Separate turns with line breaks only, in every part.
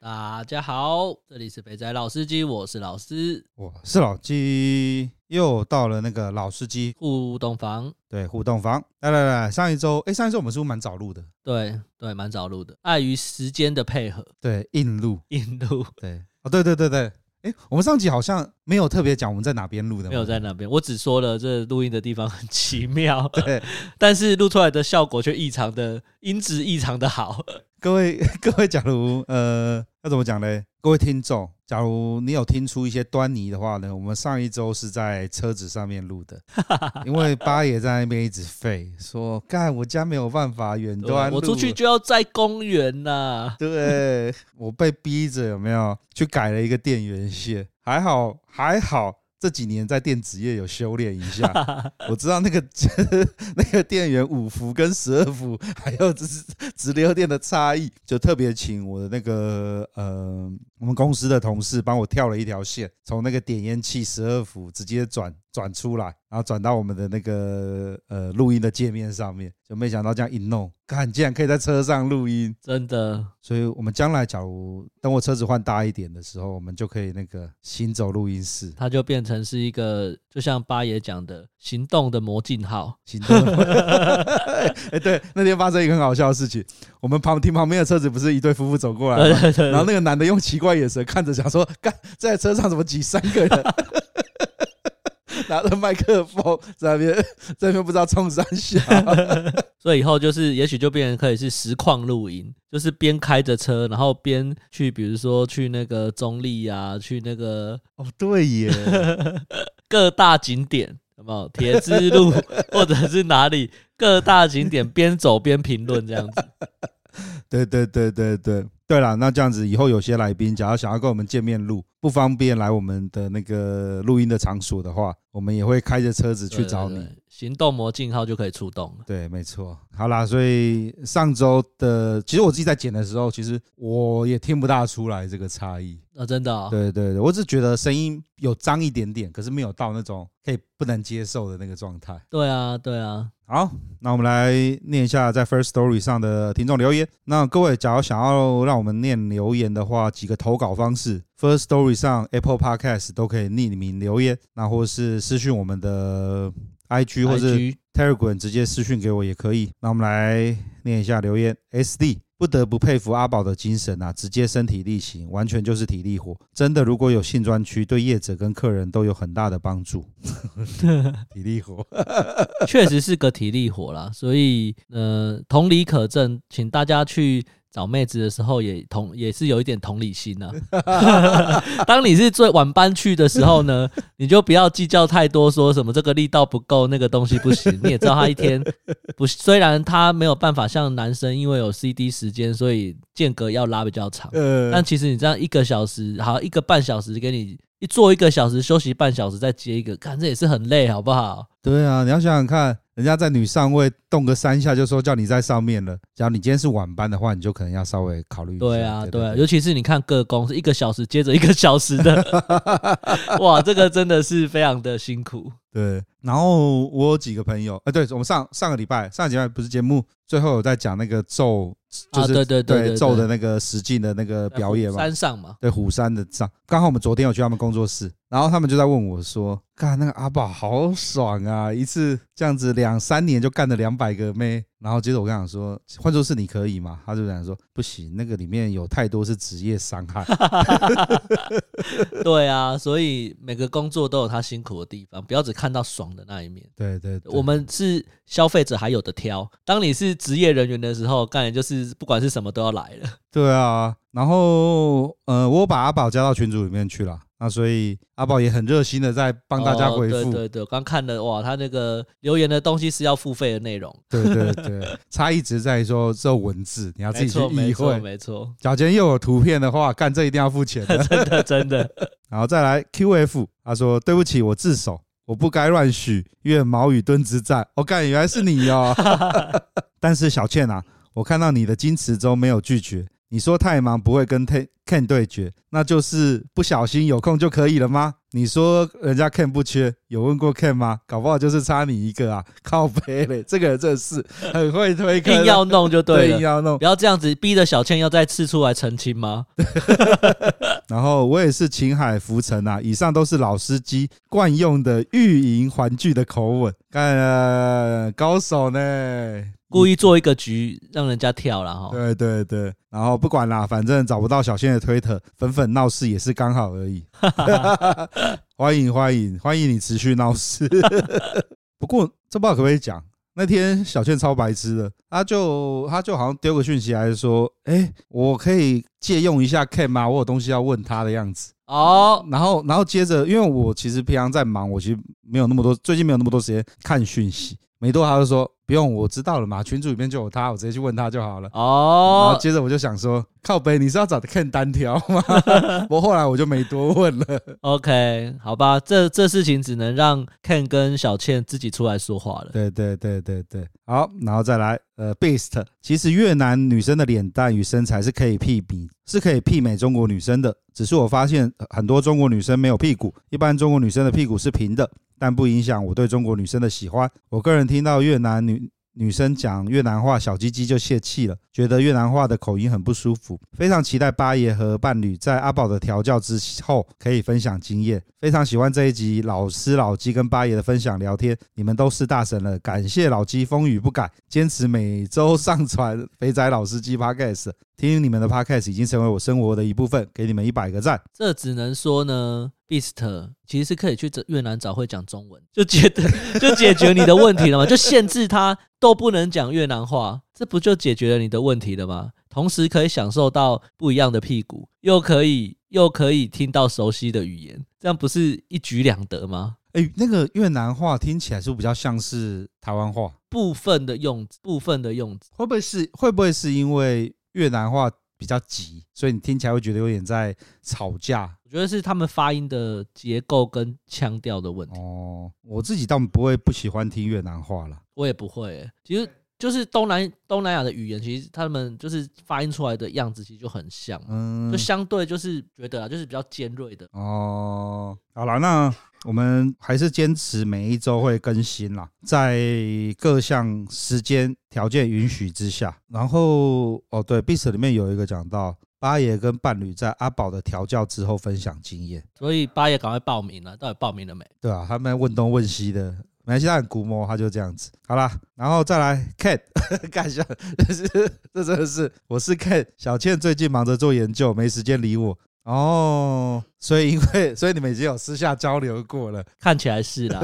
大家好，这里是肥仔老司机，我是老师
我是老鸡，又到了那个老司机
互动房。
对互动房。来来来，上一周，哎，上一周我们是不是蛮早录的？
对对，蛮早录的，碍于时间的配合，
对，硬录。
印度
对，哦，对对对对，哎，我们上集好像没有特别讲我们在哪边录的，
没有在。那边。我只说了这录音的地方很奇妙，
对，
但是录出来的效果却异常的音质异常的好。
各位各位，假如呃，要怎么讲嘞？各位听众，假如你有听出一些端倪的话呢，我们上一周是在车子上面录 的，因为八爷在那边一直废说，干我家没有办法远
对啊
端，
我出去。就要在公园呐、
对， 我被逼着有没有去改了一个电源线？还好，还好，这几年在电子业有修炼一下，我知道那个 那个电源五伏跟十二伏还有直 直流电的差异，就特别请我的那个呃，我们公司的同事帮我跳了一条线，从那个点烟器十二伏直接转转出来，然后转到我们的那个呃录音的界面上面，就没想到这样一弄，看竟然可以在车上录音。
真的
所以我们将来假如等我车子换大一点的时候，我们就可以那个行走录音室，
它就变成是一个，就像八爷讲的，行动的魔镜号。
行 走。哎、对，那天发生一个很好笑的事情，我们旁停旁边的车子不是一对夫妇走过来
对
吗？
对对，
然后那个男的用奇怪眼神看着，想说：“干，在车上怎么挤三个 人？”拿着麦克风在那边，在那边不知道冲三 下。
所以以后就是，也许就变成可以是实况露营，就是边开着车，然后边去，比如说去那个中立啊，去那个
哦，对耶，
各大景点，有没有铁 之路或者是哪里各大景点边走边评论这样子。
对对对对对对啦，那这样子以后有些来宾，假如想要跟我们见面录，不方便来我们的那个录音的场所的话，我们也会开着车子去找你。
对对对行动魔镜号就可以出动了。
对，没错。好啦，所以上周的，其实我自己在剪的时候，其实我也听不大出来这个差异。
啊，真的、哦，
对对对，我只觉得声音有脏一点点，可是没有到那种可以不能接受的那个状态。
对啊，对啊，
好，那我们来念一下在 First Story 上的听众留言。那各位，假如想要让我们念留言的话，几个投稿方式：First Story 上 Apple Podcast 都可以匿名留言，那或是私讯我们的 IG 或是
IG
Telegram 直接私讯给我也可以。那我们来念一下留言，SD 不得不佩服阿宝的精神啊，直接身体力行，完全就是体力活。真的，如果有性专区，对业者跟客人都有很大的帮助。 体力活，
确实是个体力活啦，所以呃，同理可证，请大家去找妹子的时候也同也是有一点同理心呐、 啊。当你是最晚班去的时候呢， 你就不要计较太多，说什么这个力道不够，那个东西不行。你也知道他一天不，虽然他没有办法像男生，因为有 CD 时间，所以间隔要拉比较长。
呃
但其实你这样一个小时，好一个半小时，给你一做一个小时，休息半小时，再接一个，看这也是很累，好不好？
对啊，你要想想看，人家在女上位动个三下就说叫你在上面了。假如你今天是晚班的话，你就可能要稍微考虑一下。
对啊，对啊，
对
尤其是你看各工是一个小时接着一个小时的， 哇，这个真的是非常的辛苦。
对。然后我有几个朋友，呃，对我们上上个礼拜上个礼拜不是节目最后有在讲那个咒，就
啊
是、
对对对对
咒
对
的那个实境的那个表演嘛，
山上嘛，
对虎山的上，刚好我们昨天有去他们工作室，然后他们就在问我说：“干那个阿宝好爽啊，一次这样子两三年就干了两百个妹。”然后接着我跟他讲说：“换作是你可以吗？”他就讲说：“不行，那个里面有太多是职业伤 害。
对啊，所以每个工作都有它辛苦的地方，不要只看到爽的那一面。
对”对对，
我们是消费者还有的挑，当你是职业人员的时候，干的就是不管是什么都要来了。
对啊。然后呃，我把阿宝加到群组里面去了，那所以阿宝也很热心的在帮大家
哦
回复。
对对对，我刚看了哇，他那个留言的东西是要付费的内容，
对对对，差异只在于说这文字，你要啊自
没
己去
错没
意
错
会。
没错，
假如今天又有图片的话，干 这一定要付钱的。
真的真的，
然后再来 QF，他说：“对不起，我自首，我不该乱许愿毛与盾之战。我、干，原来是你 哦！但是小倩啊，我看到你的矜持中没有拒绝。你说太忙不会跟 Ten- Ken 对决，那就是不小心有空就可以了吗？你说人家 Ken 不缺，有问过 Ken 吗？搞不好就是差你一个啊！靠背嘞，这个人真的是很会推坑啊，
硬要弄就
对
对
硬
了。
要弄
不。要这样子逼着小倩要再次出来澄清吗？
然后我也是秦海浮沉啊，以上都是老司机惯用的欲迎还拒的口吻，干、呃、高手呢。
故意做一个局让人家跳了哈。
对对对，然后不管啦，反正找不到小仙的推特，粉粉闹事也是刚好而 已。欢迎欢迎欢迎你持续闹事。 不过这不知道可不可以讲，那天小倩超白痴的，她就她就好像丢个讯息来说，哎，我可以借用一下 Ken 吗？我有东西要问他的样子。
哦，
然后，然后接着，因为我其实平常在忙，我其实没有那么多，最近没有那么多时间看讯息。没多久他就说不用，我知道了嘛，群组里面就有他，我直接去问他就好了。然后
哦，
接着我就想说，靠北，你是要找 Ken 单挑吗？ 我后来我就没多问了。
OK，好吧，这这事情只能让 Ken 跟小倩自己出来说话了。
对对对对对，好，然后再来，呃，Beast，其实越南女生的脸蛋与身材是可以媲美，是可以媲美中国女生的。只是我发现呃很多中国女生没有屁股，一般中国女生的屁股是平的，但不影响我对中国女生的喜欢。我个人听到越南女。女生讲越南话，小鸡鸡就泄气了，觉得越南话的口音很不舒服。非常期待八爷和伴侣在阿宝的调教之后可以分享经验。非常喜欢这一集老师老鸡跟八爷的分享聊天，你们都是大神了，感谢老鸡风雨不改，坚持每周上传肥仔老司机 podcast。听你们的 podcast 已经成为我生活的一部分，给你们一百个赞。
这只能说呢，Beast 其实是可以去这越南找会讲中文，就解就解决你的问题了嘛，就限制他都不能讲越南话，这不就解决了你的问题了吗？同时可以享受到不一样的屁股，又可以又可以听到熟悉的语言，这样不是一举两得吗？
哎，那个越南话听起来是不是比较像是台湾话？
部分的用字，部分的用字，
会不会是会不会是因为越南话比较急，所以你听起来会觉得有点在吵架？
我觉得是他们发音的结构跟腔调的问题。
哦，我自己倒不会不喜欢听越南话啦。
我也不会欸、其实就是东南东南亚的语言，其实他们就是发音出来的样子，其实就很像嘛，
嗯
就，相对就是觉得啊，就是比较尖锐的。
哦，好啦，那我们还是坚持每一周会更新啦，在各项时间条件允许之下。然后哦，对，Beast 里面有一个讲到八爷跟伴侣在阿宝的调教之后分享经验，
所以八爷赶快报名了，到底报名了没？
对啊，他们问东问西的。没关系，他很古摸，他就这样子。好啦，然后再来 Cat，干 一下，这是这真的是，我是 Cat。小倩最近忙着做研究，没时间理我。哦，所以因为所以你们已经有私下交流过了。
看起来是 啦，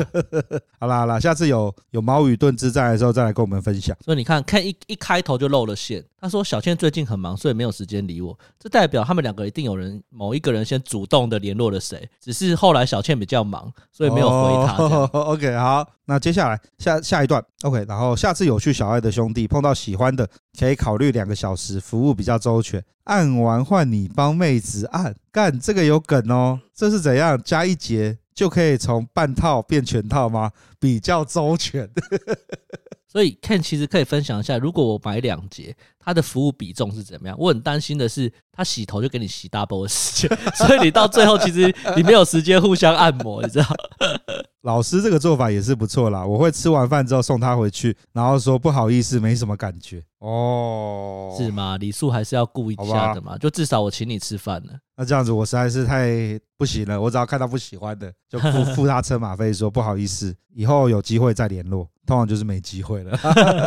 好啦好啦，下次有有毛与盾之战的时候再来跟我们分享。
所以你看看一一开头就露了馅。他说小倩最近很忙，所以没有时间理我。这代表他们两个一定有人某一个人先主动的联络了谁，只是后来小倩比较忙，所以没有回他这样。
哦 OK，好，那接下来下下一段 OK，然后下次有去小爱的兄弟碰到喜欢的，可以考虑两个小时，服务比较周全。按完换你帮妹子按，干这个有梗哦，这是怎样加一节就可以从半套变全套吗？比较周全。
所以 Ken 其实可以分享一下，如果我买两节，它的服务比重是怎么样？我很担心的是，他洗头就给你洗 double 的 时间，所以你到最后其实你没有时间互相按摩，你知道？
老师这个做法也是不错啦，我会吃完饭之后送她回去，然后说不好意思，没什么感觉哦。
是吗？礼数还是要顾一下的嘛，就至少我请你吃饭了。
那这样子我实在是太不行了，我只要看到不喜欢的，就 付付他车马费，说不好意思，以后有机会再联络。通常就是没机会了。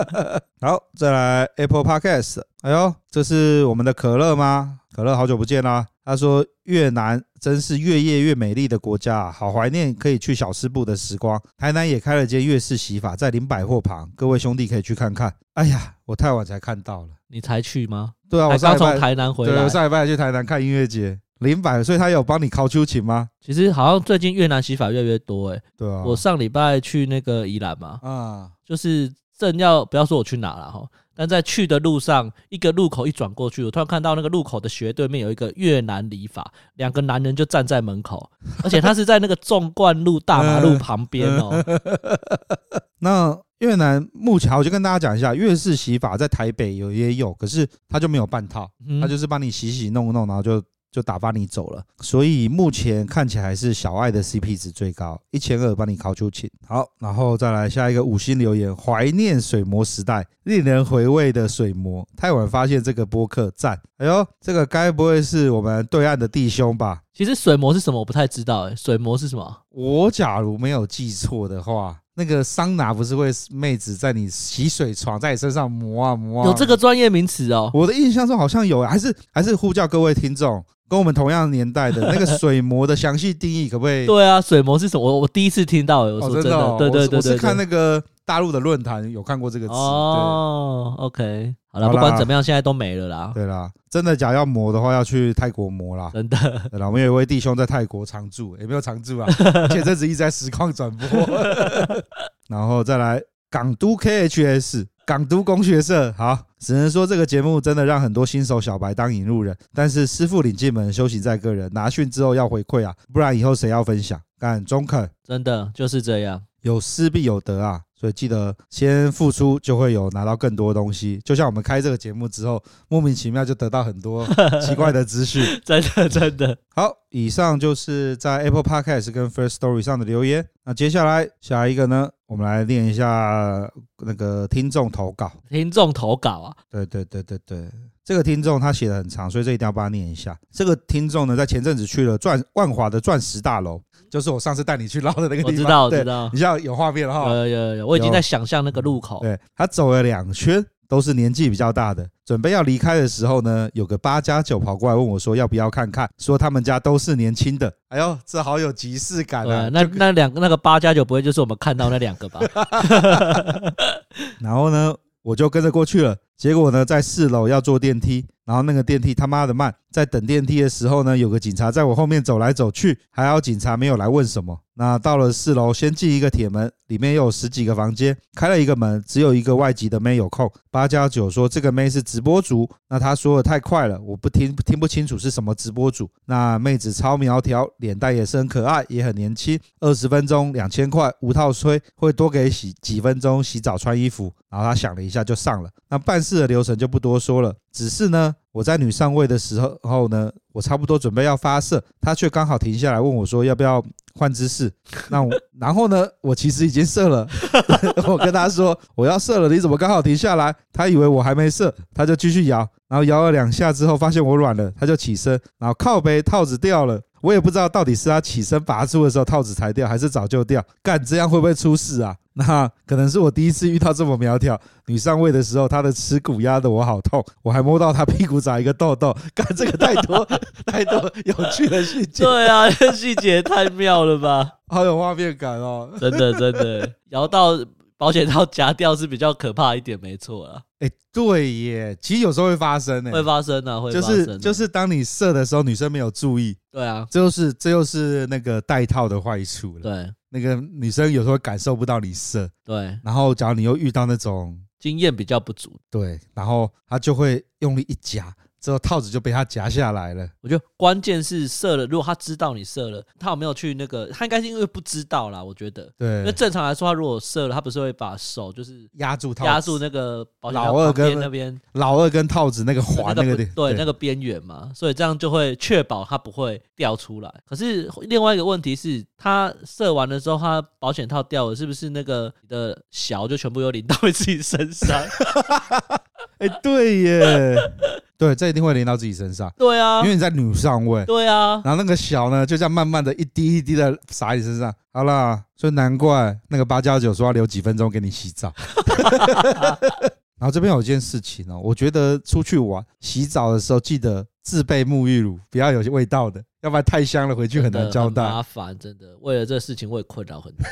好，再来 Apple Podcast，哎呦，这是我们的可乐吗？可乐好久不见啦。他说越南真是越夜越美丽的国家啊，好怀念可以去小吃部的时光。台南也开了间粤式洗发，在林百货旁，各位兄弟可以去看看。哎呀，我太晚才看到了。
你才去吗？
对啊，我
才
上
哎刚
礼拜
从台南回
对，
来
我，上礼拜去台南看音乐节，零百，所以他有帮你考秋琴吗？
其实好像最近越南洗法越来越多哎、
对啊，
我上礼拜去那个宜兰嘛，
啊，
就是正要不要说我去哪了哈，但在去的路上，一个路口一转过去，我突然看到那个路口的斜对面有一个越南理发，两个男人就站在门 口，而且他是在那个纵贯路大马路旁边哦、
那越南目前我就跟大家讲一下，越式洗发在台北有也有，可是它就没有半套，
嗯
它就是帮你洗洗弄弄，然后就就打发你走了。所以目前看起来是小爱的 CP 值最高，一千二帮你考出请。好，然后再来下一个五星留言，怀念水魔时代，令人回味的水魔。太晚发现这个播客赞，哎呦，这个该不会是我们对岸的弟兄吧？
其实水魔是什么我不太知道、欸，水魔是什么？
我假如没有记错的话，那个桑拿不是会妹子在你洗水床在你身上磨啊磨啊？
有这个专业名词哦、
我的印象中好像有，还是还是呼叫各位听众，跟我们同样年代的 那个水膜的详细定义，可不可以？
对啊，水魔是什么？我我第一次听到、欸，我
哦，
说
真
真
哦，
对对
我
对
是我
对
是看
对。
那个大陆的论坛有看过这个词。
哦，OK，好了，
好
不管
啦
怎么样，现在都没了啦，
对对啦，真的假要磨的话，要去泰国磨啦。
真的。
对啦，我们有一位弟兄在泰国常住，也没有常住啊，前阵子一直在实况转播。 然后再来港都 KHS 港都工学社，好，只能说这个节目真的让很多新手小白当引路人，但是师傅领进门，修行在个人，拿训之后要回馈啊，不然以后谁要分享？干中肯，
真的就是这样。
有失必有得啊，所以记得先付出就会有拿到更多东西，就像我们开这个节目之后，莫名其妙就得到很多奇怪的资讯。
真的真的，
好，以上就是在 Apple Podcast 跟 First Story 上的留言。那接下来下一个呢，我们来念一下那个听众投稿。
听众投稿啊，
对对对对对，这个听众他写的很长，所以这一定要帮他念一下。这个听众呢，在前阵子去了钻万华的钻石大楼，就是我上次带你去捞的那个地
我
方。
知道我
对
知，道，
你像有画面了哈。
有有有，我已经
有
在想象那个路口，
对他走了两圈，都是年纪比较大的。准备要离开的时候呢，有个八加九跑过来问我说要不要看看，说他们家都是年轻的。哎呦，这好有即视感啊
对，！呃那
就
那两个那个八加九不会就是我们看到那两 个吧？
然后呢，我就跟着过去了。结果呢，在四楼要坐电梯，然后那个电梯他妈的慢，在等电梯的时候呢，有个警察在我后面走来走去，还好警察没有来问什么。那到了四楼，先进一个铁门，里面又有十几个房间，开了一个门，只有一个外籍的妹有空。八加九说这个妹是直播主，那他说的太快了，我不听听不清楚是什么直播主。那妹子超苗条，脸蛋也是很可爱，也很年轻。二十分钟两千块，无套吹，会多给洗几分钟洗澡穿衣服。然后他想了一下就上了。那办事的流程就不多说了，只是呢，我在女上位的时候后呢，我差不多准备要发射，她却刚好停下来问我说要不要换姿势。那我 然后呢，我其实已经射了， 我跟他说我要射了，你怎么刚好停下来？他以为我还没射，他就继续摇，然后摇了两下之后发现我软了，他就起身，然后靠背套子掉了。我也不知道到底是他起身拔出的时候套子才掉，还是早就掉。干这样会不会出事啊？那可能是我第一次遇到这么苗条女上位的时候，她的耻骨压得我好痛，我还摸到她屁股长一个痘痘。干这个太多 太多有趣的细节，
对啊，这细节太妙了吧？
好有画面感哦。
真的真的，摇到保险套夹掉是比较可怕一点，没错啦，
哎、对耶，其实有时候会发生呢、
会发生啊，会
就
发生
是
啊，
就是当你射的时候，女生没有注意，
对啊，
这就是这就是那个带套的坏处了。
对
那个女生有时候感受不到你射，
对，
然后假如你又遇到那种
经验比较不足，
对，然后她就会用力一夹，之后套子就被她夹下来了。
我觉得关键是射了，如果他知道你射了，他有没有去那个？他应该是因为不知道啦，我觉得。因为
对，
正常来说，他如果射了，他不是会把手就是
压住套子
压住那个保险
老
套
二
旁边
跟
那边
老二跟套子那个
那
环
个
那
不
个地
对那个边缘嘛，所以这样就会确保它不会掉出来。可是另外一个问题是，他射完的时候，他保险套掉了，是不是那个你的小就全部又淋到你自己身上？
哎、对耶， 对，这一定会淋到自己身上，
对啊
因，为你在女上位。
对啊，
然后那个小呢，就这样慢慢的一滴一滴的洒你身上。好啦，所以难怪那个八加九说要留几分钟给你洗澡。然后这边有一件事情哦，我觉得出去玩洗澡的时候记得自备沐浴乳，不要有味道的，要不然太香了回去很难交
真的很
代，
麻烦，真的。为了这事情，我也困扰很多。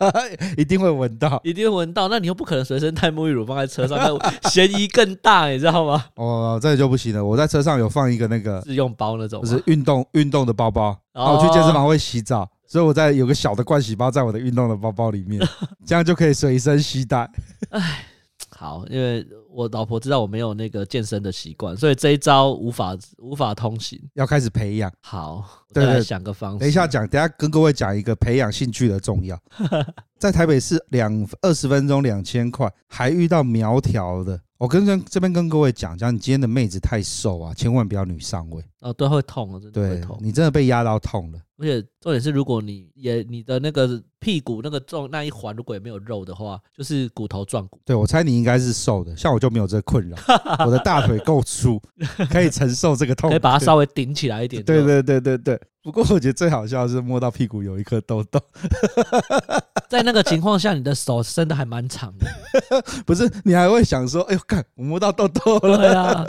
一定会闻到。
一定会闻到。那你又不可能随身带沐浴乳放在车上，那嫌疑更大，你知道吗？
哦，这里就不行了。我在车上有放一个那个，
自用包那种
就
吗，
是运动运动的包包，然后
哦
我去健身房会洗澡，所以我在有个小的盥洗包在我的运动的包包里面，这样就可以随身携带。
好，因为我老婆知道我没有那个健身的习惯，所以这一招无法无法通行。
要开始培
哦
养，
好，我
对
再来
对
想个方式。
等一下讲，等一下跟各位讲一个培养兴趣的重 要。在台北市两二十分钟两千块，还遇到苗条的。我跟这这边跟各位讲，讲你今天的妹子太瘦啊，千万不要女上位，
哦，对，会痛，哦，真的会
对
痛。
你真的被压到痛了。
而且重点是，如果你也你的那个屁股那个重那一环如果也没有肉的话，就是骨头撞骨。
对我猜你应该是瘦的，像我就没有这个困 扰，我的大腿够粗，可以承受这个痛。
可以把它稍微顶起来一点。
哦对
就，
对对对对。不过我觉得最好笑的是摸到屁股有一颗痘痘，
在那个情况下，你的手伸的还蛮长 的。
不是你还会想说，哎呦，看我摸到痘痘了。
对啊，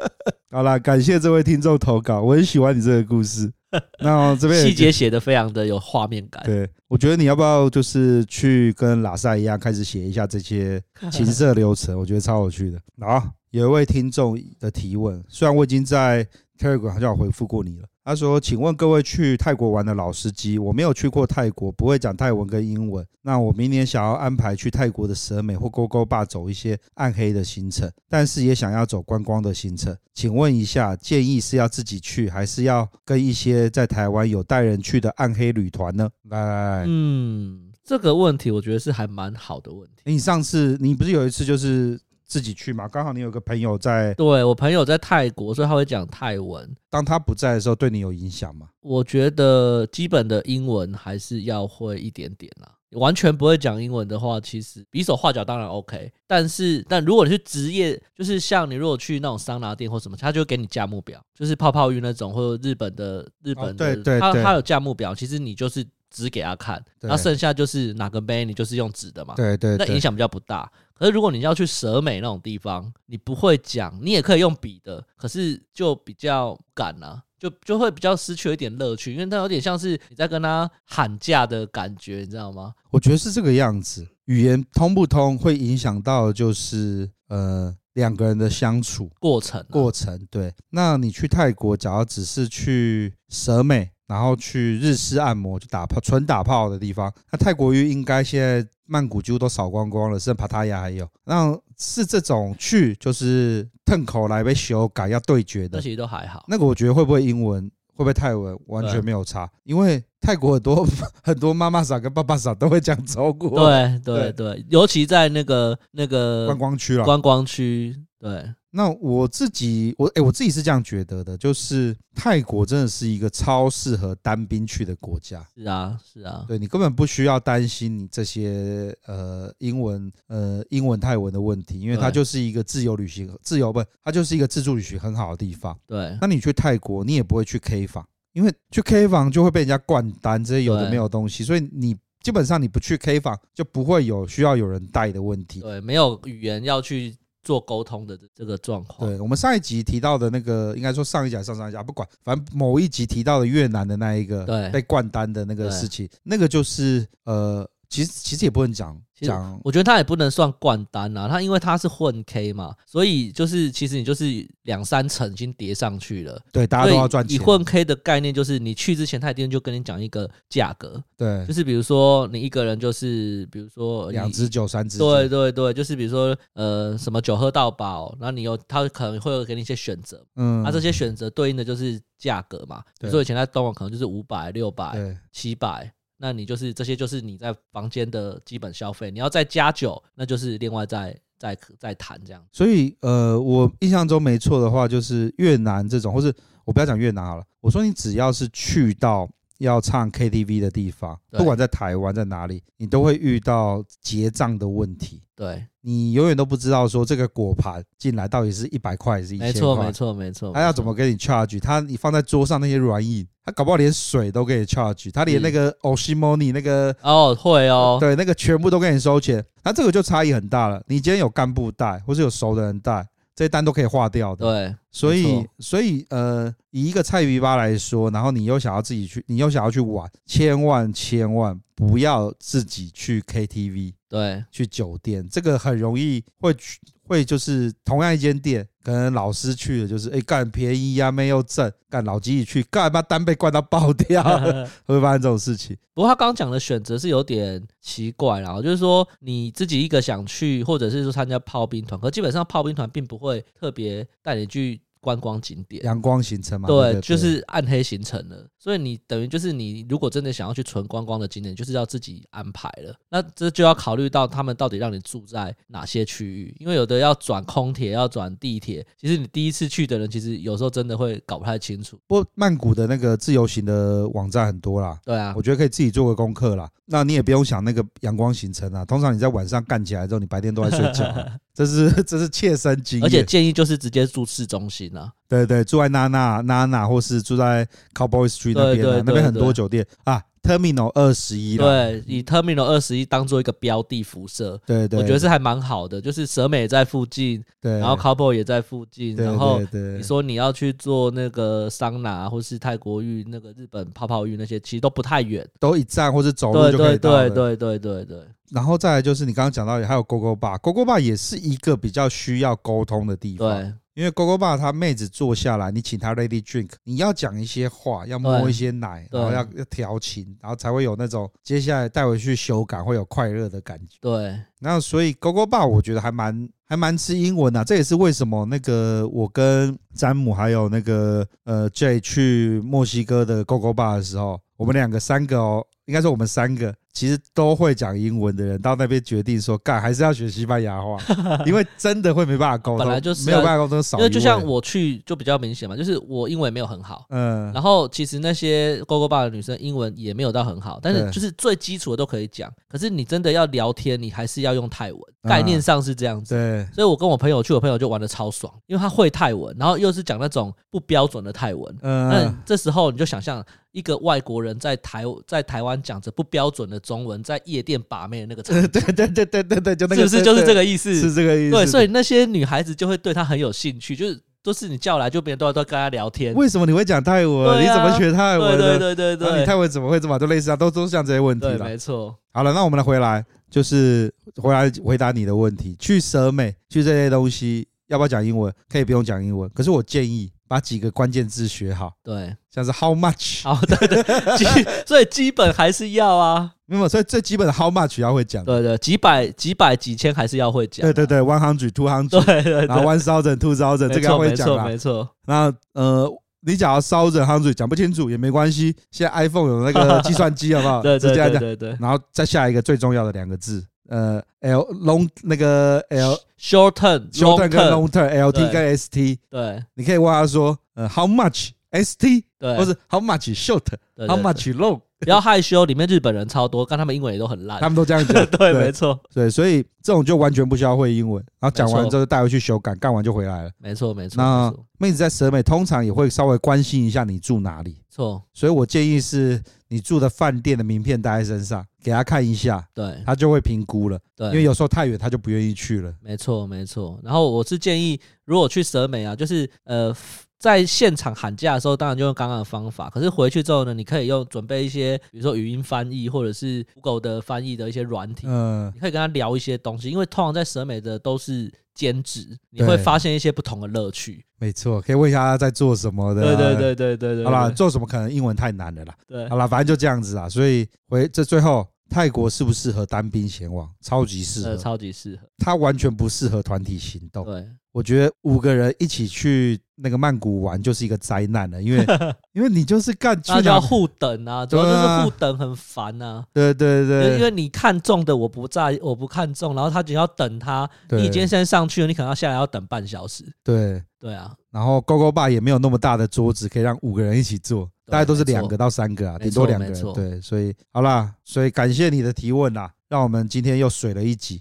好啦，感谢这位听众投稿，我很喜欢你这个故 事。那这边也
细节写的非常的有画面感。
对，我觉得你要不要就是去跟拉萨一样，开始写一下这些情色流程？我觉得超有趣的。好，有一位听众的提问，虽然我已经在 Telegram 好像有回复过你了。他说：“请问各位去泰国玩的老司机，我没有去过泰国，不会讲泰文跟英文。那我明年想要安排去泰国的蛇美或勾勾坝走一些暗黑的行程，但是也想要走观光的行程。请问一下，建议是要自己去，还是要跟一些在台湾有带人去的暗黑旅团呢？”来来来，
嗯，这个问题我觉得是还蛮好的问题。
欸你上次你不是有一次就是自己去嘛？刚好你有个朋友在，
对我朋友在泰国，所以他会讲泰文。
当他不在的时候，对你有影响吗？
我觉得基本的英文还是要会一点点啦。完全不会讲英文的话，其实比手画脚当然 OK，但是但如果你是职业，就是像你如果去那种桑拿店或什么，他就会给你价目表，就是泡泡浴那种，或者日本的日本的，
哦对对
他
对
他有价目表，其实你就是指给他看，
对
然后剩下啊就是哪个杯你就是用指的嘛，
对对
那影响比较不大。可是如果你要去蛇美那种地方，你不会讲，你也可以用笔的，可是就比较赶啊，就就会比较失去了一点乐趣，因为它有点像是你在跟他喊价的感觉，你知道吗？
我觉得是这个样子。语言通不通会影响到就是呃两个人的相处
过程、啊、
过程。对，那你去泰国，假如只是去蛇美，然后去日式按摩，就打炮纯打炮的地方，那泰国浴应该现在曼谷几乎都扫光光了，剩帕塔亚还有。那是这种去就是腾口来被修改要对决
那
的，
其实都还好。
那个我觉得会不会英文，会不会泰文，完全没有差，因为泰国很多很多妈妈桑跟爸爸桑都会讲中国，
对啊对对，尤其在那个那个
观光区啊了。
观光区，对，
那我自己，我哎、我自己是这样觉得的，就是泰国真的是一个超适合单兵去的国家。
是啊是啊，
对你根本不需要担心你这些呃英文呃英文泰文的问题，因为它
对
就是一个自由旅行，自由不，它就是一个自助旅行很好的地方。
对
那你去泰国，你也不会去 K 房，因为去 K 房就会被人家灌单这些有的
对
没有东西，所以你基本上你不去 K 房就不会有需要有人带的问题。
对，没有语言要去做沟通的这个状况，
对我们上一集提到的那个，应该说上一集还是上上一集啊，不管，反正某一集提到的越南的那一个
对
被灌单的那个
对
事情，那个就是呃，其实其实也不能讲
其实
讲
我觉得他也不能算冠单啊，他因为他是混 K 嘛，所以就是其实你就是两三层已经叠上去了。
对，大家都要赚
所以
钱
以，混 K 的概念就是，你去之前他一定就跟你讲一个价格，
对
就，是比如说你一个人就是，比如说
两
你
只酒三只酒，
对对对，就是比如说呃什么酒喝到饱，然后你有他可能会有给你一些选择，
嗯，
啊那、这些选择对应的就是价格嘛。比
对
如说以前在东莞可能就是五百、六百、
对
七百，那你就是这些就是你在房间的基本消费，你要再加酒，那就是另外再再再谈这样。
所以呃，我印象中没错的话，就是越南这种，或是我不要讲越南好了，我说你只要是去到要唱 KTV 的地方，
对
不管在台湾在哪里，你都会遇到结账的问题。
对，
你永远都不知道说这个果盘进来到底是一百块还是一
没
千
错
块，
没错没错。
他要
没错
怎么给你 charge？他你放在桌上那些软饮，他搞不好连水都给你 charge，他连那个
嗯
Oshimoni 那个
哦会哦，
对，那个全部都跟你收钱，那这个就差异很大了。你今天有干部带，或是有熟的人带，这些单都可以划掉的。
对
所
没
以
错，
所以呃，以一个菜逼吧来说，然后你又想要自己去，你又想要去玩，千万千万不要自己去 KTV。
对，
去酒店，这个很容易会去会就是同样一间店，可能老师去的就是哎干、便宜呀、没有证，干老鸡一去干妈单被灌到爆 掉， 会发生这种事情。
不过他刚刚讲的选择是有点奇怪啦，就是说你自己一个想去，或者是说参加炮兵团，可基本上炮兵团并不会特别带你去观光景点。
阳光行程嘛，对不
对，
对，
就是暗黑行程了，所以你等于就是你如果真的想要去纯观光的景点，就是要自己安排了。那这就要考虑到他们到底让你住在哪些区域，因为有的要转空铁，要转地铁。其实你第一次去的人，其实有时候真的会搞不太清楚。
不过曼谷的那个自由行的网站很多啦。
对啊
我，觉得可以自己做个功课啦，那你也不用想那个阳光行程啊。通常你在晚上干起来之后，你白天都在睡觉啊， 这是这是切身经验。
而且建议就是直接住市中心啊。
对对，住在娜娜娜娜，或是住在 Cowboy Street 那边、啊，
对对
那边很
对
多酒店啊，Terminal 二十一啦，
对，以 Terminal 二十一当做一个标的辐射，
对对，
我觉得是还蛮好的。就是蛇美也在附近，
对，
然后 Cowboy 也在附近，
对
然后
对对
你说你要去做那个桑拿或是泰国浴、那个日本泡泡浴那些，其实都不太远。
都一站或是走路
对
就可
对
以到了
对对对对对，
然后再来就是你刚刚讲到，还有 GoGo Bar，GoGo Bar 也是一个比较需要沟通的地方，
对
因为 GoGo Bar 他妹子坐下来，你请她 Lady Drink，你要讲一些话，要摸
对
一些奶，
对
然后要要调情，然后才会有那种接下来带回去修改会有快乐的感觉。
对
那所以 GoGo 爸我觉得还蛮还蛮吃英文的、啊，这也是为什么那个我跟詹姆还有那个呃 J 去墨西哥的 GoGo 爸的时候，我们两个三个哦，应该说我们三个其实都会讲英文的人，到那边决定说干还是要学西班牙 话，因为真的会没办法沟通，
本来就是啊
没有办法沟通少一
因
位，
为就像我去就比较明显嘛，就是我英文没有很好。
嗯
然后其实那些勾勾爸的女生英文也没有到很好，但是
对
就是最基础的都可以讲。可是你真的要聊天，你还是要用泰文，
啊
概念上是这样子。
对
所以我跟我朋友去，我朋友就玩的超爽，因为他会泰文，然后又是讲那种不标准的泰文。那
嗯
这时候你就想象一个外国人在台在台湾讲着不标准的中文，在夜店把妹的那个场景，
对对对对对对， 就那
是
个
不是就是这
个
个意思？
是这个意思，
对，所以那些女孩子就会对他很有兴趣，就是都是你叫来，就别人都要都要跟他聊天。
为什么你会讲泰文？
对啊
你怎么学泰文
对
的？
对对对
那你
对，
泰文怎么会这么都类似啊，都都是像这些问题
对，
了。
没错，
好了，那我们来回来，就是回来回答你的问题。去蛇美，去这些东西，要不要讲英文？可以不用讲英文，可是我建议把几个关键字学好，
对，
像是 how much，
好，对对，基所以基本还是要啊，
没有，所以最基本的 how much 要会讲。
对对，几百几百几千还是要会讲啊，
对对对，one hundred two hundred，
对 对对，
然后 one thousand two thousand，这个要会讲啊啦。
没错没错，
那呃，你讲到 thousand hundred 讲不清楚也没关系，现在 iPhone 有那个计算机，好不好？
对对
直接来
对
讲。
对对
然后再下一个最重要的两个字，呃，L long 那个 L
，short term、
哎 short
long
term 跟
term，
long term L T
对
跟 S T，
对
你可以问他说，呃，how much S T
对，
或是 how much short，how
对对对
much long，
不要害羞，里面日本人超多，但他们英文也都很烂
他。们都这样讲。
对，没错，
对，所以这种就完全不需要会英文，然后讲
没
完
错
之后就带回去修改，干完就回来了。
没错，没错，
那
没错
妹子在审美通常也会稍微关心一下你住哪里，
错，
所以我建议是你住的饭店的名片带在身上，给他看一下，
对
他就会评估了。因为
对，
有时候太远，他就不愿意去了。
没错，没错。然后我是建议，如果去蛇美啊，就是呃。在现场喊价的时候，当然就用刚刚的方法。可是回去之后呢，你可以用准备一些，比如说语音翻译，或者是 Google 的翻译的一些软体，
嗯，
你可以跟他聊一些东西。因为通常在蛇美的都是兼职，你会
对
发现一些不同的乐趣。
没错，可以问一下他在做什么的、
对对。对对对对，
啊好啦，
对
做什么可能英文太难了啦。
对
好啦，反正就这样子啊。所以回这最后，泰国适不适合单兵前往？超级适
呃，
合，哦
超级适合。
它完全不适合团体行动。
对
我觉得五个人一起去那个曼谷玩就是一个灾难了，因 为因为你就是干去
那就
哪
要互等啊，主要
对
就是
啊
互等很烦啊。
对对
因为
对
因为你看中的我不在，我不看中，然后他只要等他，
对，
你今天先上去了，你可能要下来要等半小时。
对。
对啊，
然后 GoGo 爸也没有那么大的桌子可以让五个人一起坐，
对
大概都是
没错
两个到三个啊，
没错
顶多两个
没错
人。对，所以好啦，所以感谢你的提问啦，让我们今天又水了一 集。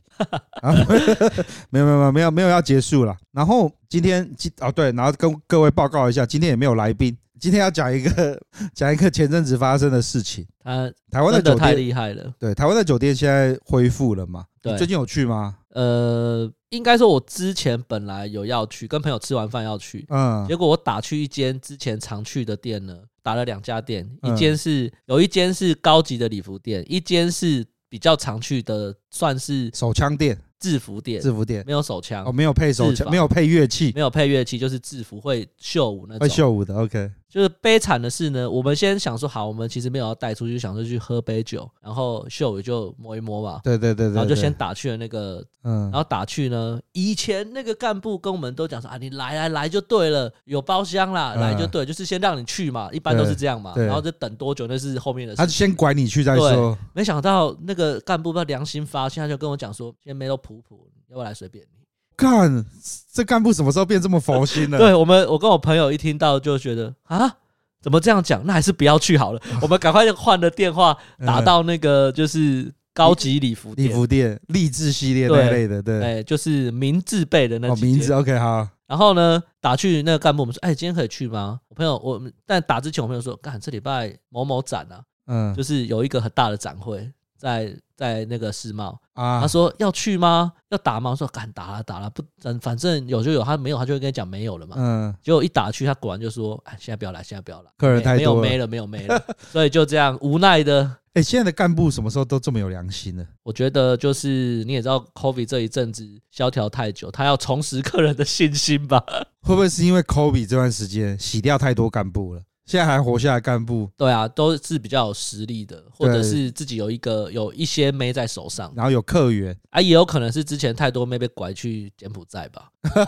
啊， 没有没有没有没有没有要结束了。然后今天今哦对，然后跟各位报告一下，今天也没有来宾，今天要讲一个讲一个前阵子发生的事情。
他
台湾的
真的
哦酒
太
店，
厉害了。
对台湾的酒店现在恢复了嘛？
对
你最近有去吗？
呃，应该说我之前本来有要去，跟朋友吃完饭要去，
嗯
结果我打去一间之前常去的店呢，打了两家店，
嗯
一间是、有一间是高级的礼服店，一间是比较常去的，算是
手枪店、
制服店，
制服店，
没有手枪，
哦，没有配手
制
枪，
服
没有配乐器，
没有配乐器，就是制服会秀舞那
会
种。
秀舞的。OK，
就是悲惨的是呢，我们先想说好，我们其实没有要带出去，想说去喝杯酒，然后秀舞就摸一摸嘛，
对对对对，
然后就
对
先打去了那个
嗯
然，后打去呢，以前那个干部跟我们都讲说啊，你来来来就对了，有包厢啦，
嗯
来就对，就是先让你去嘛，一般都是这样嘛。
对对
然后就等多久那是后面的事。
他就先，拐你去再
对
说。
没想到那个干部不知道良心发现，他就跟我讲说，现在没有普普，要不要来随便你。
干，这干部什么时候变这么佛心了？
对我们，我跟我朋友一听到就觉得啊。怎么这样讲？那还是不要去好 了。我们赶快就换了电话，
嗯，
打到那个就是高级礼服
礼
店，
服店、励志系列那一类的，对，
哎，就是明字辈的那
哦，
几
名
间
字 OK 好，
然后呢，打去那个干部，我们说，哎，今天可以去吗？我朋友，我但打之前，我朋友说，干，这礼拜某某展啊，
嗯
就是有一个很大的展会在在那个世贸，他
啊，
说要去吗？要打吗？我说敢打了，打了不，反反正有就有，他没有他就会跟你讲没有了嘛。
嗯，
结果一打去，他果然就说：“哎，现在不要来，现在不要来，
客人
没
太
没有
多
没
了。
了，没有没了。” 所以就这样无奈的，
哎，现在的干部什么时候都这么有良心了？
我觉得就是你也知道，COVID 这一阵子萧条太久，他要重拾客人的信 心吧？
会不会是因为 Kobe 这段时间洗掉太多干部了？现在还活下来干部，
对啊，都是比较有实力的，或者
对
是自己有一个有一些妹在手上
然后有客源，
啊，也有可能是之前太多妹被拐去柬埔寨 吧？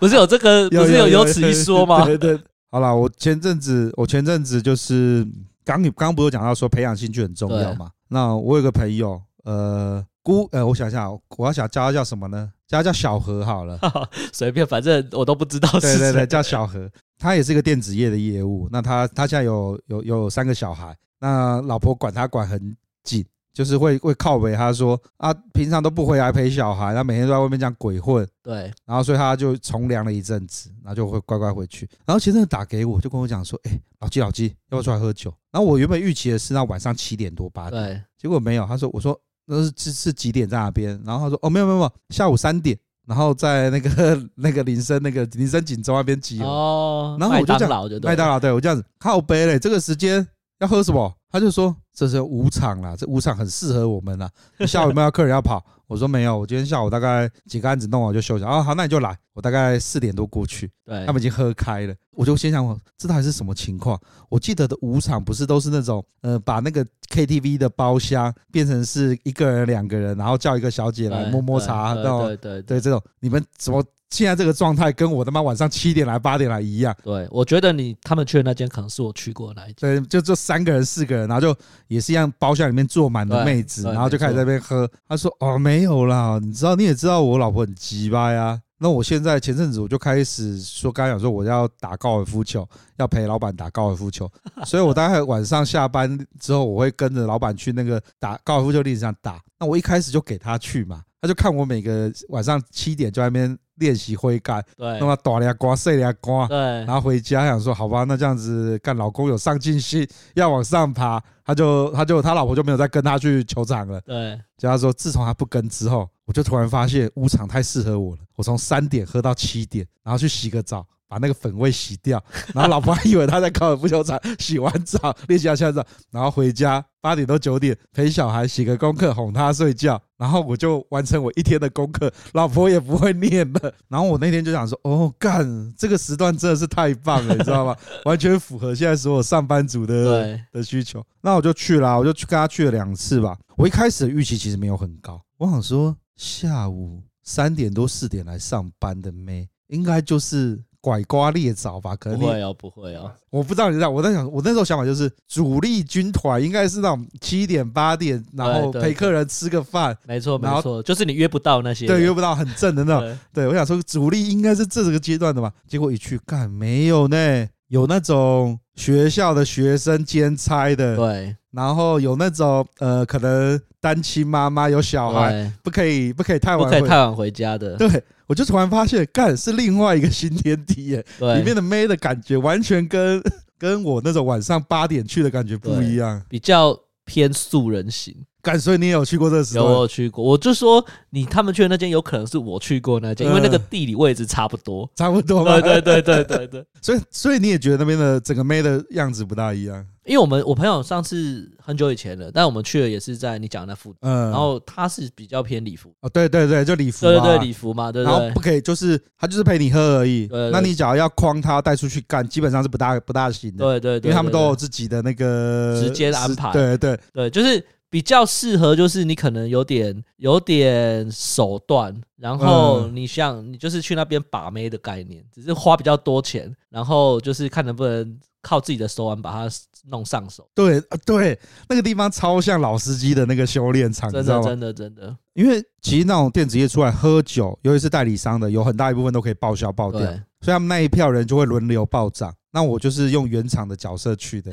不是有这个，不是有有此一说吗？
对对。对好了，我前阵子，我前阵子就是刚刚刚不是有讲到说培养兴趣很重要嘛？那我有个朋友，呃，姑，呃，我想想，我要想叫他叫什么呢？叫他叫小何好了。
随便，反正我都不知道 是
对
谁。
对对，叫小何，他也是一个电子业的业务。那他他现在有有有三个小孩，那老婆管他管很紧，就是会会靠围他说啊，平常都不回来陪小孩，他每天都在外面这样鬼混，
对
然后所以他就从良了一阵子，然后就会乖乖回去。然后前阵子打给我，就跟我讲说，哎、老纪老纪，要不要出来喝酒？然后我原本预期的是那晚上七点多八点，
对
结果没有。他说，我说那是是是几点在那边？然后他说，哦，没有没有没有，下午三点。然后在那个 那个林森那个林森锦州那边集合，
哦，
然后我
麦
就
当
讲
劳就对
麦当
劳
劳，对我这样子靠杯嘞，这个时间要喝什么？他就说这是五场啦，这五场很适合我们啦。你下午有没有客人要跑？我说没有，我今天下午大概几个案子弄完就休息。啊，好，那你就来。我大概四点多过去，
对
他们已经喝开了。我就心想，我这到底是什么情况？我记得的五场不是都是那种呃，把那个 KTV 的包厢变成是一个人、两个人，然后叫一个小姐来
对
摸摸
对
茶
哎对
那种。
对对对
对，这种你们怎么现在这个状态跟我他妈晚上七点来八点来一样？
对，我觉得你他们去的那间可能是我去过的那一间。
对，就就三个人、四个人，然后就也是一样，包厢里面坐满了妹子，
对对
然后就开始在那边喝。他说：“哦，没有啦，你知道，你也知道我老婆很鸡巴呀。那我现在前阵子我就开始说，刚才讲说我要打高尔夫球，要陪老板打高尔夫球，所以我大概晚上下班之后，我会跟着老板去那个打高尔夫球练习场打。那我一开始就给他去嘛，他就看我每个晚上七点就在那边练习挥杆，
对
那么打俩瓜、碎俩瓜，
对
然后回家想说，好吧，那这样子干，老公有上进心，要往上爬，他就他就他老婆就没有再跟他去球场了。
对，
就他说，自从他不跟之后，我就突然发现屋场太适合我了。我从三点喝到七点，然后去洗个澡，把那个粉味洗掉。然后老婆还以为他在高尔夫球场洗完澡练习完下澡，然后回家八点多九点陪小孩写个功课，哄他睡觉，然后我就完成我一天的功课，老婆也不会念了。然后我那天就想说，哦，干，这个时段真的是太棒了，你知道吗？ 完全符合现在所有上班族的
对
的需求，那我就去啦，我就去跟他去了两次吧。我一开始的预期其实没有很高，我想说下午三点多四点来上班的妹，应该就是拐瓜裂枣吧？可能
不
你
会哦，不会哦，
我不知道你知道，我在想，我那时候想法就是主力军团应该是那种七点八点，然后
对对
陪客人吃个饭，
没错
然
没
后
错，就是你约不到那些人，
对，约不到很正的那种。
对
对，我想说主力应该是这个阶段的吧，结果一去干没有呢，有那种学校的学生兼差的，
对
然后有那种呃，可能单亲妈妈有小孩，
对，
不可以不可以太
不
晚
可
回。
以太晚回家的，
对，我就突然发现，干是另外一个新天地耶！
对，
里面的妹的感觉完全跟 跟我那种晚上八点去的感觉不一样。
比较偏素人型，
干，所以你也有去过这个时
有我
段
有去过，我就说你他们去的那间有可能是我去过那间，因为
嗯
那个地理位置差不多。
差不多吧？
对对对对对对，
所以所以你也觉得那边的整个妹的样子不大一样，
因为我们我朋友上次很久以前了，但我们去的也是在你讲的那附近，
嗯，
然后他是比较偏礼服，
哦，对对对，就礼服、啊，
对对对礼服嘛，对不
然后
对
不？可以，就是他就是陪你喝而已。
对对
那你只要要框他带出去干，基本上是不大不大行的，
对对
因
对，
为他们
对
都
对
有自己的那个
直接的安排
对对，
对，就是比较适合，就是你可能有点有点手段，然后
嗯
你想你就是去那边把妹的概念，只是花比较多钱，然后就是看能不能靠自己的手腕把它弄上手。
对呃对，那个地方超像老司机的那个修炼场，啊你
真
知道
的
吗？
真的真的，
因为其实那种电子业出来喝酒，尤其是代理商的，有很大一部分都可以报销报掉，
对，
所以他们那一票人就会轮流暴涨。那我就是用原厂的角色去 的，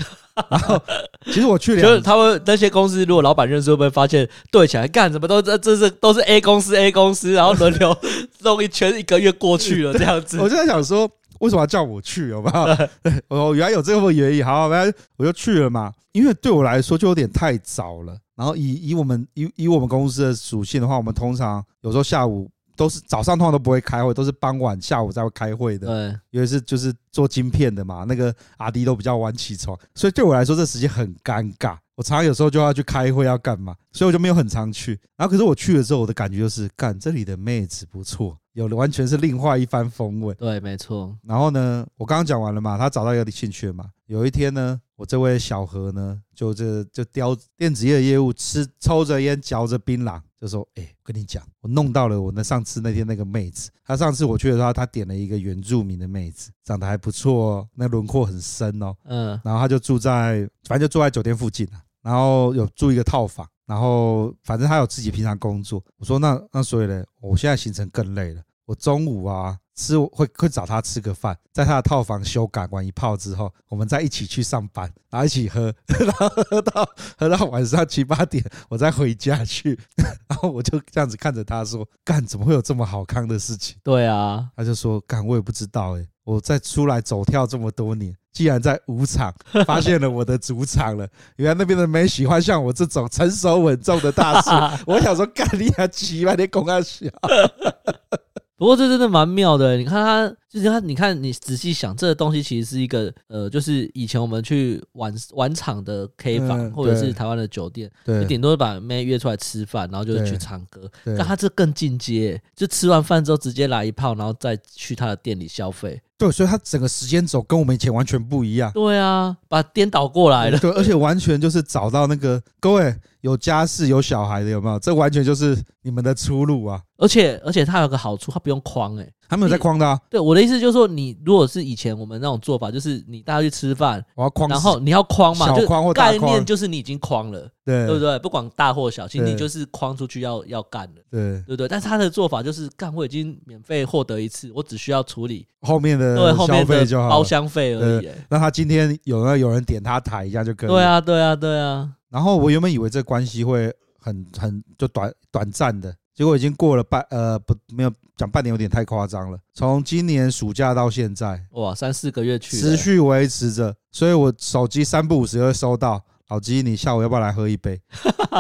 然后其实我去
就是
了，
他们那些公司，如果老板认识，会不会发现对起来干什么都这这是都是 A 公司 A 公司，然后轮流弄一圈，一个月过去了这样子
我。就在想说，为什么要叫我去？有没有？对我原来有这个原因，好，反正我就去了嘛。因为对我来说就有点太早了。然后以以我们以以我们公司的属性的话，我们通常有时候下午都是早上通常都不会开会，都是傍晚下午才会开会的。
对，
尤其是就是做晶片的嘛，那个阿迪都比较晚起床，所以对我来说这时间很尴尬。我常常有时候就要去开会要干嘛，所以我就没有很常去。然后可是我去了之后，我的感觉就是，干这里的妹子不错，有的完全是另外一番风味。
对，没错，
嗯然后呢，我刚刚讲完了嘛，他找到一个兴趣了嘛。有一天呢，我这位小何呢，就这就叼电子业的业务，吃抽着烟，嚼着槟榔，就说：“哎、我跟你讲，我弄到了我那上次那天那个妹子。她上次我去的时候，她点了一个原住民的妹子，长得还不错哦，那轮廓很深哦。
嗯，
然后她就住在，反正就住在酒店附近啊，然后有住一个套房。”然后反正她有自己平常工作，我说那那所以呢，我现在行程更累了，我中午啊吃会会找他吃个饭，在他的套房修改完一炮之后，我们再一起去上班，然后一起喝， 然后喝到喝到晚上七八点，我再回家去。 然后我就这样子看着他说：“干，怎么会有这么好康的事情
对啊？”，
他就说：“干，我也不知道诶、我在出来走跳这么多年，既然在舞 场发现了我的主场了，原来那边的没喜欢像我这种成熟稳重的大叔。” 我想说，干你还奇怪，你公安小。
不过这真的蛮妙的，你看他就是他，你看你仔细想，这个东西其实是一个呃，就是以前我们去玩玩场的 K 房、
嗯
或者
对
是台湾的酒店，
对
你顶多把妹约出来吃饭，然后就是
对
去唱歌。
对
但他这更进阶，欸就吃完饭之后直接来一炮，然后再去他的店里 消费。
对，所以他整个时间轴跟我们以前完全不一样。
对啊，把颠倒过来了。
对，而且完全就是找到那个各位有家室有小孩的有没有？这完全就是你们的出路啊！
而且而且他有个好处，他不用框哎、欸
他们有在框的、啊，
对我的意思就是说，你如果是以前我们那种做法，就是你大家去吃饭，
我要框死，
然后你要框嘛，
小
就
框或大
概
框
念就是你已经框了。
对
对不对？不管大或小，其实
对
你就是框出去要要干的，
对，
对不对？但是他的做法就是干，我已经免费获得一次，我只需要处理
后面的
对后
消
面的
费就好
包
了。
厢费而已、欸
那他今天有没有有人点他台一下就可以？
对。啊，对啊，对啊，
然后我原本以为这关系会很很就短短暂的，结果已经过了半呃不没有讲半年有点太夸张了。从今年暑假到现在，
哇，三四个月去了
持续维持着，所以我手机三不五时会收到。老鸡，你下午要不要来喝一 杯？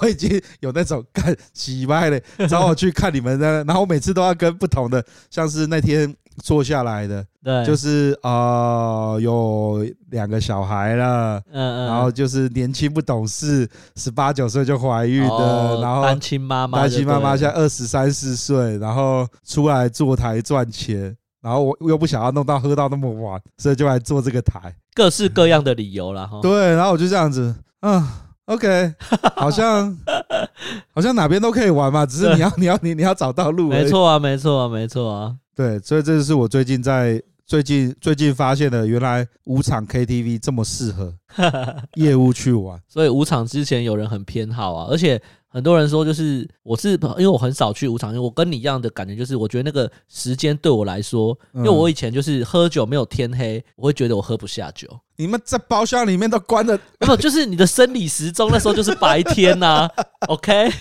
我已经有那种干洗麦嘞，找我去看你们的，然后我每次都要跟不同的，像是那天坐下来的，
对，
就是是啊、呃有两个小孩了，
嗯嗯，
然后就是年轻不懂事，十八九岁就怀孕
哦
的，然后
单亲妈妈就
单
对了，
亲妈妈现在二十三四岁，然后出来做台赚钱，然后我又不想要弄到喝到那么晚，所以就来做这个台。
各式各样的理由啦。哈。
对，然后我就这样子，嗯，OK，好 像好像哪边都可以玩嘛，只是你 要你要你你要找到路。
没，错啊，没错啊，没错啊，
对，所以这就是我最近在最近最近发现的，原来舞场 KTV 这么适 合业务去玩。
所以五场之前有人很偏好啊，而且很多人说就是我是因为我很少去五场，因为我跟你一样的感觉就是，我觉得那个时间对我来说，因
嗯
为我以前就是喝酒没有天黑，我会觉得我喝不下酒，
你们在包厢里面都关了，
没有，就是你的生理时钟那时候就是白天 呐、o k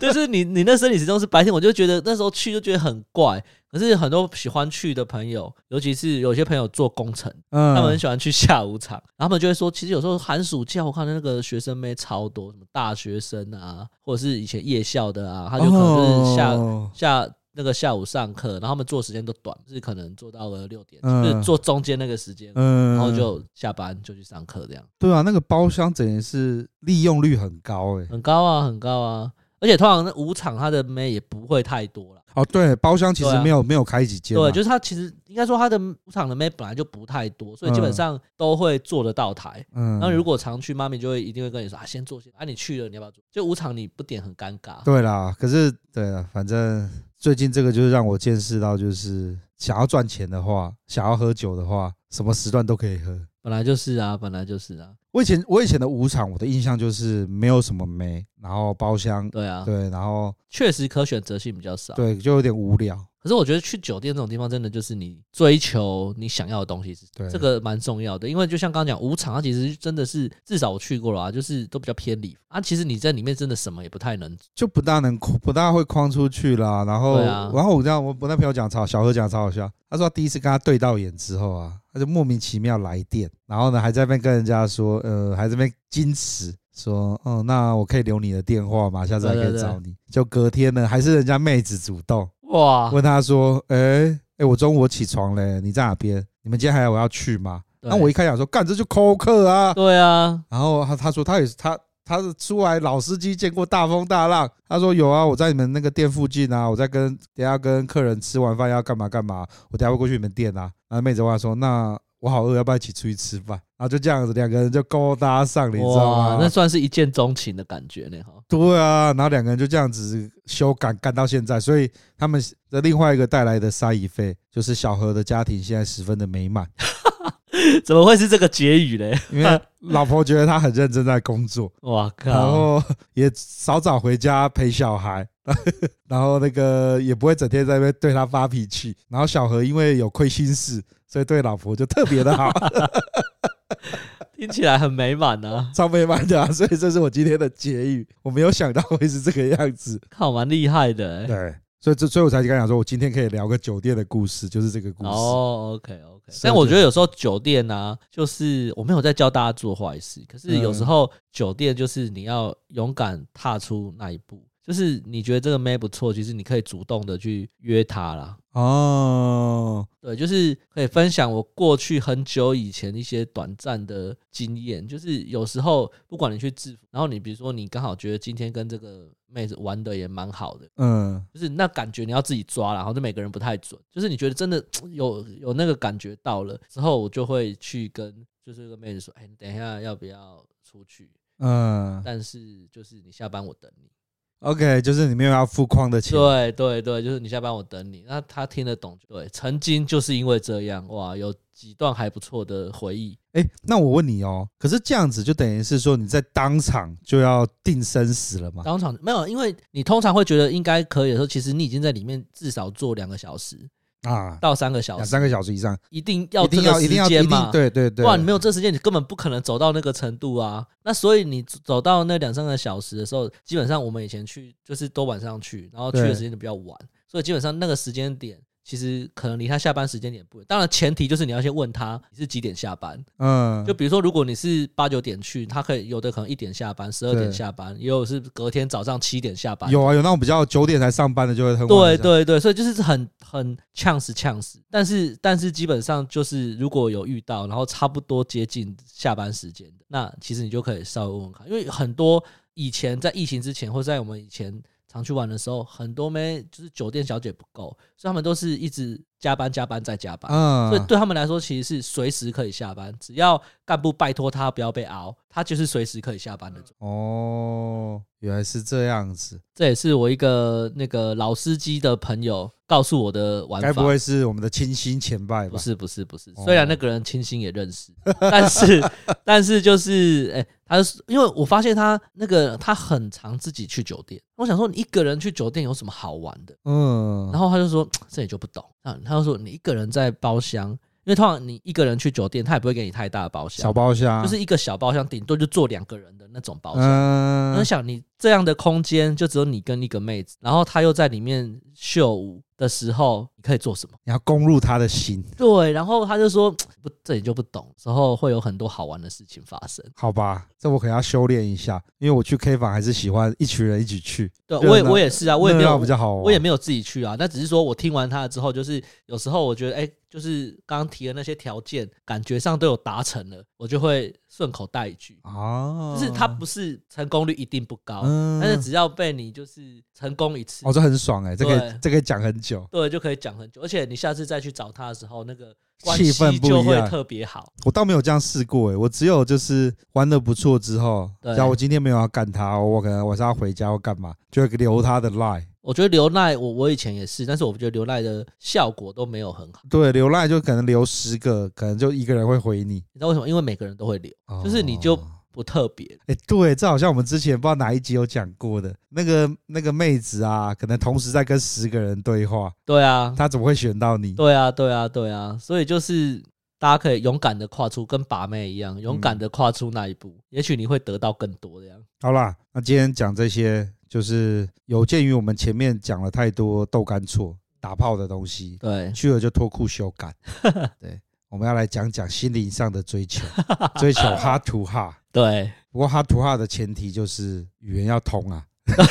就是你你那生理时钟是白天，我就觉得那时候去就觉得很怪。可是很多喜欢去的朋友，尤其是有些朋友做工程，
嗯，
他们很喜欢去下午场，然后他们就会说，其实有时候寒暑假我看到那个学生妹超多，什么大学生啊，或者是以前夜校的啊，他就可能就是下、
哦
下那个下午上课，然后他们做时间都短，就是可能做到了六点，
嗯
就是做中间那个时间，
嗯，
然后就下班就去上课，这样
对啊，那个包厢整也是利用率很高哎、
很高啊，很高啊。而且通常那舞场他的妹也不会太多了，
哦，对，包厢其
对
实
啊
没有、没有开几间嘛，
对，就是他其实应该说他的舞场的妹本来就不太多，所以基本
嗯
上都会做得到台。
嗯，
然后如果常去，妈咪就会一定会跟你说啊，先做先啊，你去了你要不要做？就五场你不点很尴尬。
对啦，可是对了，反正最近这个就是让我见识到，就是想要赚钱的话，想要喝酒的话，什么时段都可以喝。
本来就是啊，本来就是啊，
我以前我以前的舞场，我的印象就是没有什么妹，然后包厢，
对啊，
对，然后
确实可选择性比较少。
对，就有点无聊。
可是我觉得去酒店这种地方，真的就是你追求你想要的东西是
对
这个蛮重要的。因为就像刚刚讲，舞场它其实真的是至少我去过了啊，就是都比较偏礼啊。其实你在里面真的什么也不太能，
就不大能框不大会框出去啦。然后，
对啊
然后我这样，我我那朋友讲超小何讲超好笑，他说他第一次跟他对到眼之后啊，他就莫名其妙来电，然后呢还在那边跟人家说，呃，还在那边矜持。说，哦，那我可以留你的电话吗？下次还可
对对
以
对啊
找你。就隔天呢，还是人家妹子主动
哇，
问他说，哎、哎、我中午我起床嘞，你在哪边？你们今天还有要去吗？
对
那我一开始想说，干这就扣客啊，
对啊，
然后他他说他也是他他是出来老司机见过大风大浪，他说有啊，我在你们那个店附近啊，我在跟等一下跟客人吃完饭要干嘛干嘛，我等一下会过去你们店啊。然后妹子问他说那我好饿，要不要一起出去吃饭？然后就这样子两个人就勾搭上了，你知道
哇，那
吗？
算是一见钟情的感觉呢哈。
对啊，然后两个人就这样子修改干到现在，所以他们的另外一个带来的杀一费就是小何的家庭现在十分的美满，
怎么会是这个结语嘞？
因为老婆觉得他很认真在工作，
哇
然
靠！
后也早早回家陪小孩， 然后那个也不会整天在那边对他发脾气。然后小何因为有亏心事，所以对老婆就特别的 好，
听起来很美满啊。
超美满的、啊。所以这是我今天的结语，我没有想到会是这个样子。
靠，蛮厉害的、欸。
对，所以这所以我才刚讲说，我今天可以聊个酒店的故事，就是这个故事。
哦，OK OK，
是
但我觉得有时候酒店啊，就是我没有在教大家做坏事，可是
嗯
有时候酒店就是你要勇敢踏出那一步，就是你觉得这个妹不错，其实你可以主动的去约她啦。
哦，
对，就是可以分享我过去很久以前一些短暂的经验。就是有时候不管你去制服，然后你比如说你刚好觉得今天跟这个妹子玩的也蛮好的，
嗯，
就是那感觉你要自己抓啦，然后就每个人不太准，就是你觉得真的有有那个感觉到了之后，我就会去跟就是这个妹子说，哎、你等一下要不要出去？
嗯
但是就是你下班我等你。
，OK，就是你没有要付框的钱，
对对对，就是你下班我等你。那他听得懂，对，曾经就是因为这样，哇，有几段还不错的回忆。
哎，那我问你哦，可是这样子就等于是说你在当场就要定生死了嘛？
当场没有，因为你通常会觉得应该可以的时候，其实你已经在里面至少做两个小时
啊，
到三个小
两
时，
三个小时以上，
一定要
一定
这个
要一定
时
要一
间
定
嘛。
对对对，
不然你没有这时间，你根本不可能走到那个程度啊。那所以你走到那两三个小时的时候，基本上我们以前去就是都晚上去，然后去的
对
时间就比较晚，所以基本上那个时间点其实可能离他下班时间点不远。当然前提就是你要先问他你是几点下班。
嗯，
就比如说，如果你是八九点去，他可以有的可能一点下班，十二点
对
下班，也有是隔天早上七点下班。
有啊有那种比较九点才上班的就会很晚
对
才上
对对，所以就是很很呛死呛死，但是但是基本上就是如果有遇到，然后差不多接近下班时间的，那其实你就可以稍微问问看，因为很多以前在疫情之前，或者在我们以前常去玩的时候，很多妹就是酒店小姐不够，所以他们都是一直加班加班再加班。
嗯，
所以对他们来说，其实是随时可以下班，只要干部拜托他不要被熬，他就是随时可以下班
嗯
的。
哦，原来是这样子，
这也是我一个那个老司机的朋友告诉我的玩法。
该不会是我们的清新前辈
不
吧？
是不是不是，
哦
虽然那个人清新也认识， 但是但是就是哎、他是因为我发现他那个他很常自己去酒店，我想说你一个人去酒店有什么好玩的？
嗯，
然后他就说这你就不懂啊，他就说你一个人在包厢，因为通常你一个人去酒店，他也不会给你太大的包
小
厢，
包厢
就是一个小包厢，顶多就坐两个人的那种包厢。我就
嗯
想，你这样的空间就只有你跟一个妹子，然后她又在里面秀舞的时候，你可以做什么？
你要攻入他的心，
对，然后他就说不，这你就不懂，之后会有很多好玩的事情发生。
好吧？这我可能要修炼一下，因为我去 K 房还是喜欢一群人一起去，
对
热
我也
闹
我也是啊，我也没
热闹
有
比较好哦玩。
我也没有自己去啊，那只是说我听完他的之后，就是有时候我觉得，哎、就是刚刚提的那些条件，感觉上都有达成了，我就会顺口带一句，
啊，
就是它不是成功率一定不高，
嗯
但是只要被你就是成功一次，
哦，这很爽哎、这可以
对
这可以讲很久。
对，就可以讲很久，而且你下次再去找他的时候，那个关
气氛
系
不一
就会
样
特别好。
我倒没有这样试过欸诶、我只有就是玩的不错之后，
对
假如我今天没有要干他，我可能晚上要回家或干嘛，就会留他的 line。
我觉得留奈，我我以前也是，但是我觉得留奈的效果都没有很好，
对，留 line 就可能留十个，可能就一个人会回你。
你知道为什么？因为每个人都会留，
哦
就是你就不特别。
哎、对，这好像我们之前不知道哪一集有讲过的，那个那个妹子啊，可能同时在跟十个人对话，
对啊，
她怎么会选到你？
对啊，对啊，对啊，所以就是大家可以勇敢的跨出，跟把妹一样，勇
嗯
敢的跨出那一步，也许你会得到更多这样。
好啦，那今天讲这些，就是有鉴于我们前面讲了太多豆干错打炮的东西，
对，
去了就脱裤修改。对，我们要来讲讲心灵上的追求， 追求哈图哈。
对，
不过哈图哈的前提就是语言要通啊，
对，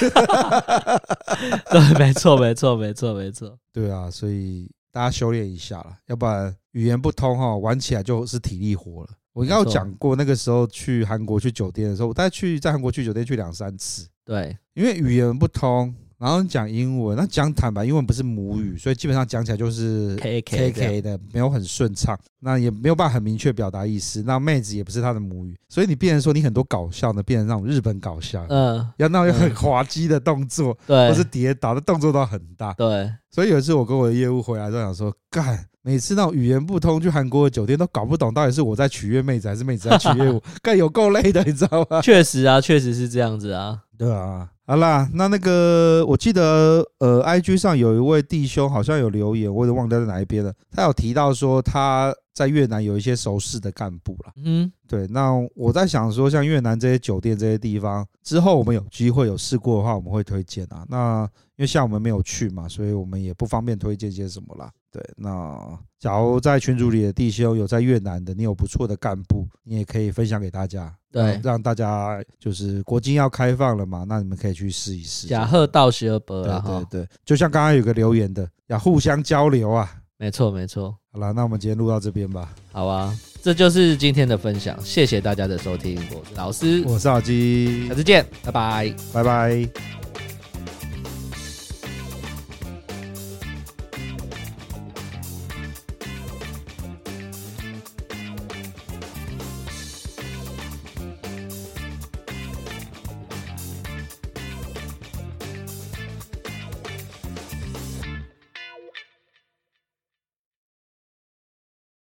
没错，没错，没错，没错。
对啊，所以大家修炼一下啦，要不然语言不通哈，玩起来就是体力活了。我刚刚有
没错
讲过，那个时候去韩国去酒店的时候，我大概去在韩国去酒店去两三次，
对，
因为语言不通，然后你讲英文，那讲坦白，英文不是母语，所以基本上讲起来就是
K
K
K 这样
K 的，没有很顺畅，那也没有办法很明确表达意思。那妹子也不是她的母语，所以你变成说你很多搞笑呢，变成那种日本搞笑，
嗯，
要那种很
嗯
滑稽的动作，
对
或，是跌倒的动作都很大。
对，
所以有一次我跟我的业务回来都想说，干，每次那种语言不通去韩国的酒店都搞不懂到底是我在取悦妹子还是妹子在取 悦我，干有够累的，你知道吗？
确实啊，确实是这样子啊。
对啊，好啦，那那个我记得呃，IG 上有一位弟兄好像有留言，我也忘掉在哪一边了。他有提到说他在越南有一些熟识的干部啦。
嗯，
对，那我在想说，像越南这些酒店这些地方，之后我们有机会有试过的话，我们会推荐啊。那因为像我们没有去嘛，所以我们也不方便推荐些什么啦。对，那假如在群组里的弟兄有在越南的，你有不错的干部，你也可以分享给大家，
对
让让大家就是国境要开放了嘛，那你们可以去试一试。
假贺道喜而博
对
啦，
对
哈，
对，就像刚刚有个留言的，要互相交流啊。
没错，没错。
好啦，那我们今天录到这边吧。
好啊，这就是今天的分享，谢谢大家的收听，我是老师，
我是老鸡
下，次见，拜拜。
拜拜。